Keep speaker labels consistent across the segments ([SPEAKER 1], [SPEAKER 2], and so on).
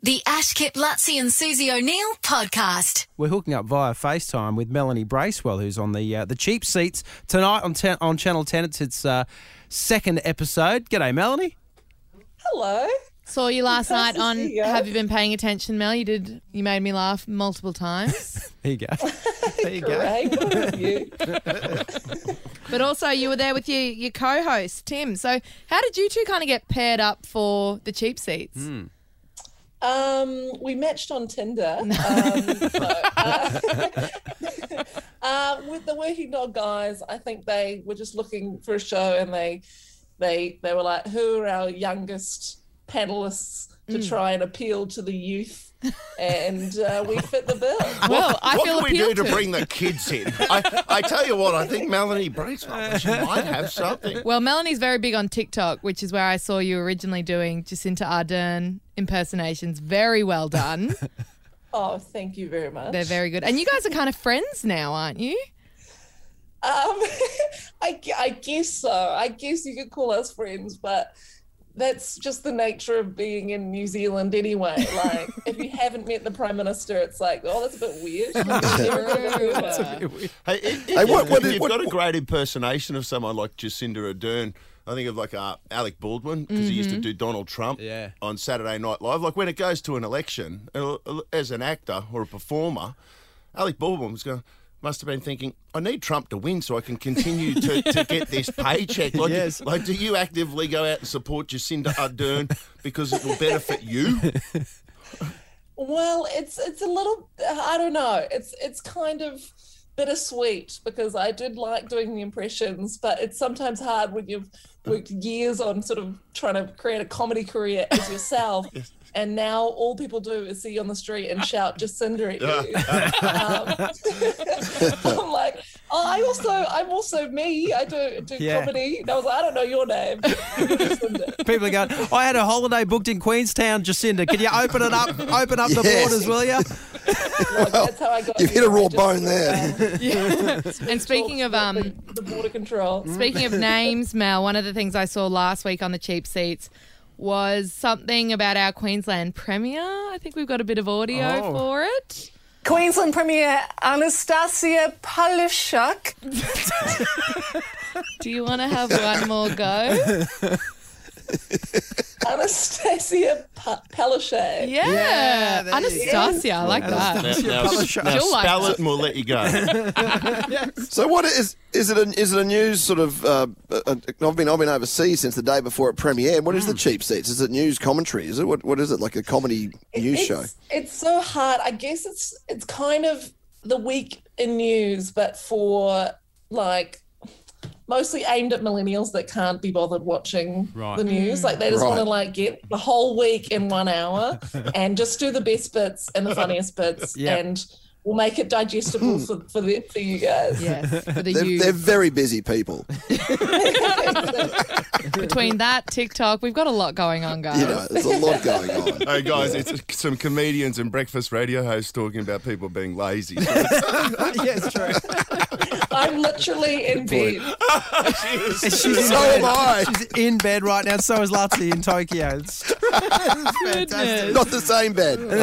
[SPEAKER 1] The Ash Kip Lutzi and Susie O'Neill podcast.
[SPEAKER 2] We're hooking up via FaceTime with Melanie Bracewell, who's on the uh, the cheap seats tonight on ten, on Channel Ten. It's its uh, second episode. G'day, Melanie.
[SPEAKER 3] Hello.
[SPEAKER 4] Saw you last
[SPEAKER 3] Nice
[SPEAKER 4] night
[SPEAKER 3] to
[SPEAKER 4] on
[SPEAKER 3] see you.
[SPEAKER 4] Have You Been Paying Attention, Mel? You did. You made me laugh multiple times.
[SPEAKER 2] There you go. there you go.
[SPEAKER 3] Great. Good of you.
[SPEAKER 4] but also, you were there with your, your co host, Tim. So, how did you two kind of get paired up for the cheap seats?
[SPEAKER 5] Hmm.
[SPEAKER 3] Um, we matched on Tinder. Um, no, uh, uh, with the Working Dog guys, I think they were just looking for a show, and they they they were like, "Who are our youngest panelists to
[SPEAKER 2] Mm.
[SPEAKER 3] try and appeal to the youth?" And uh, we fit the bill.
[SPEAKER 4] Well, I
[SPEAKER 5] what
[SPEAKER 4] feel
[SPEAKER 5] can we do
[SPEAKER 4] appealed
[SPEAKER 5] to
[SPEAKER 4] to.
[SPEAKER 5] bring the kids in? I, I tell you what, I think Melanie Bracewell, she might have something.
[SPEAKER 4] Well, Melanie's very big on TikTok, which is where I saw you originally doing Jacinta Ardern impersonations. Very well done.
[SPEAKER 3] Oh, thank you very much.
[SPEAKER 4] They're very good. And you guys are kind of friends now, aren't you?
[SPEAKER 3] Um, I, gu- I guess so. I guess you could call us friends, but that's just the nature of being in New Zealand anyway. Like, if you haven't met the Prime Minister, it's like, oh, that's a bit weird. You're never gonna do that.
[SPEAKER 5] Hey, if,
[SPEAKER 6] Hey, what- what
[SPEAKER 5] if
[SPEAKER 6] is-
[SPEAKER 5] you've
[SPEAKER 6] what-
[SPEAKER 5] got a great impersonation of someone like Jacinda Ardern, I think of like uh, Alec Baldwin because he used
[SPEAKER 6] Mm-hmm.
[SPEAKER 5] to do Donald Trump
[SPEAKER 2] Yeah.
[SPEAKER 5] on Saturday Night Live. Like when it goes to an election, uh, uh, as an actor or a performer, Alec Baldwin was going. Must have been thinking, I need Trump to win so I can continue to, to get this paycheck. Like,
[SPEAKER 2] Yes.
[SPEAKER 5] like, do you actively go out and support Jacinda Ardern because it will benefit you?
[SPEAKER 3] Well, it's it's a little I don't know. It's it's kind of bittersweet because I did like doing the impressions, but it's sometimes hard when you've worked years on sort of trying to create a comedy career as yourself. And now all people do is see you on the street and shout Jacinda at you. Um, I'm like, oh, I also, I'm also me. I do do
[SPEAKER 2] Yeah.
[SPEAKER 3] comedy. And I was like, I don't know your name. Jacinda.
[SPEAKER 2] People are going. I had a holiday booked in Queenstown, Jacinda. Can you open it up? Open up the
[SPEAKER 6] Yes.
[SPEAKER 2] borders, will you?
[SPEAKER 3] Like, that's how I got.
[SPEAKER 6] You've hit
[SPEAKER 3] here.
[SPEAKER 6] a raw
[SPEAKER 3] I just-
[SPEAKER 6] bone there.
[SPEAKER 4] And speaking of um, Mm.
[SPEAKER 3] the, the border control.
[SPEAKER 4] Speaking of names, Mel, one of the things I saw last week on the cheap seats was something about our Queensland Premier. I think we've got a bit of audio
[SPEAKER 2] Oh.
[SPEAKER 4] for it.
[SPEAKER 7] Queensland Premier Anastasia Palaszczuk.
[SPEAKER 4] Do you want to have one more go?
[SPEAKER 3] Anastasia Pa- Palaszczuk.
[SPEAKER 4] Yeah.
[SPEAKER 2] Yeah, there you go.
[SPEAKER 4] Anastasia, I like that.
[SPEAKER 5] Now, now,
[SPEAKER 2] publisher.
[SPEAKER 5] now
[SPEAKER 4] She'll like
[SPEAKER 5] spell
[SPEAKER 4] that.
[SPEAKER 5] it and we'll let you go.
[SPEAKER 6] So what is is it? A, is it a news sort of? Uh, uh, I've been I've been overseas since the day before it premiered. What is the cheap seats? Is it news commentary? Is it what what is it like a comedy news
[SPEAKER 3] it's,
[SPEAKER 6] show?
[SPEAKER 3] It's so hard. I guess it's it's kind of the week in news, but for like mostly aimed at millennials that can't be bothered watching
[SPEAKER 2] Right.
[SPEAKER 3] the news. Like they just want to
[SPEAKER 6] Right.
[SPEAKER 3] like get the whole week in one hour and just do the best bits and the funniest bits
[SPEAKER 2] Yeah.
[SPEAKER 3] and we'll make it digestible for, for the for you guys.
[SPEAKER 4] Yes, for the
[SPEAKER 6] They're,
[SPEAKER 4] you.
[SPEAKER 6] they're very busy people.
[SPEAKER 4] Between that, TikTok, we've got a lot going on, guys.
[SPEAKER 6] You know, there's a lot going on.
[SPEAKER 5] Hey guys, it's some comedians and breakfast radio hosts talking about people being lazy. So
[SPEAKER 2] yes, true.
[SPEAKER 3] I'm literally in bed.
[SPEAKER 2] She's
[SPEAKER 6] So
[SPEAKER 2] in
[SPEAKER 6] am
[SPEAKER 2] bed.
[SPEAKER 6] I.
[SPEAKER 2] She's in bed right now. So is Lutzi in Tokyo. It's, it's fantastic.
[SPEAKER 6] Not the same bed.
[SPEAKER 2] no.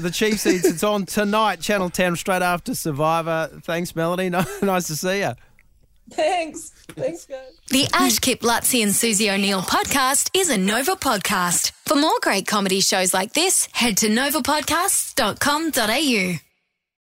[SPEAKER 2] The Chief Seeds, it's on tonight, Channel 10, straight after Survivor. Thanks, Melanie. No, nice to see you.
[SPEAKER 3] Thanks. Thanks, guys.
[SPEAKER 1] The Ash Kip Lutzi and Susie O'Neill podcast is a Nova podcast. For more great comedy shows like this, head to novapodcasts.com.au.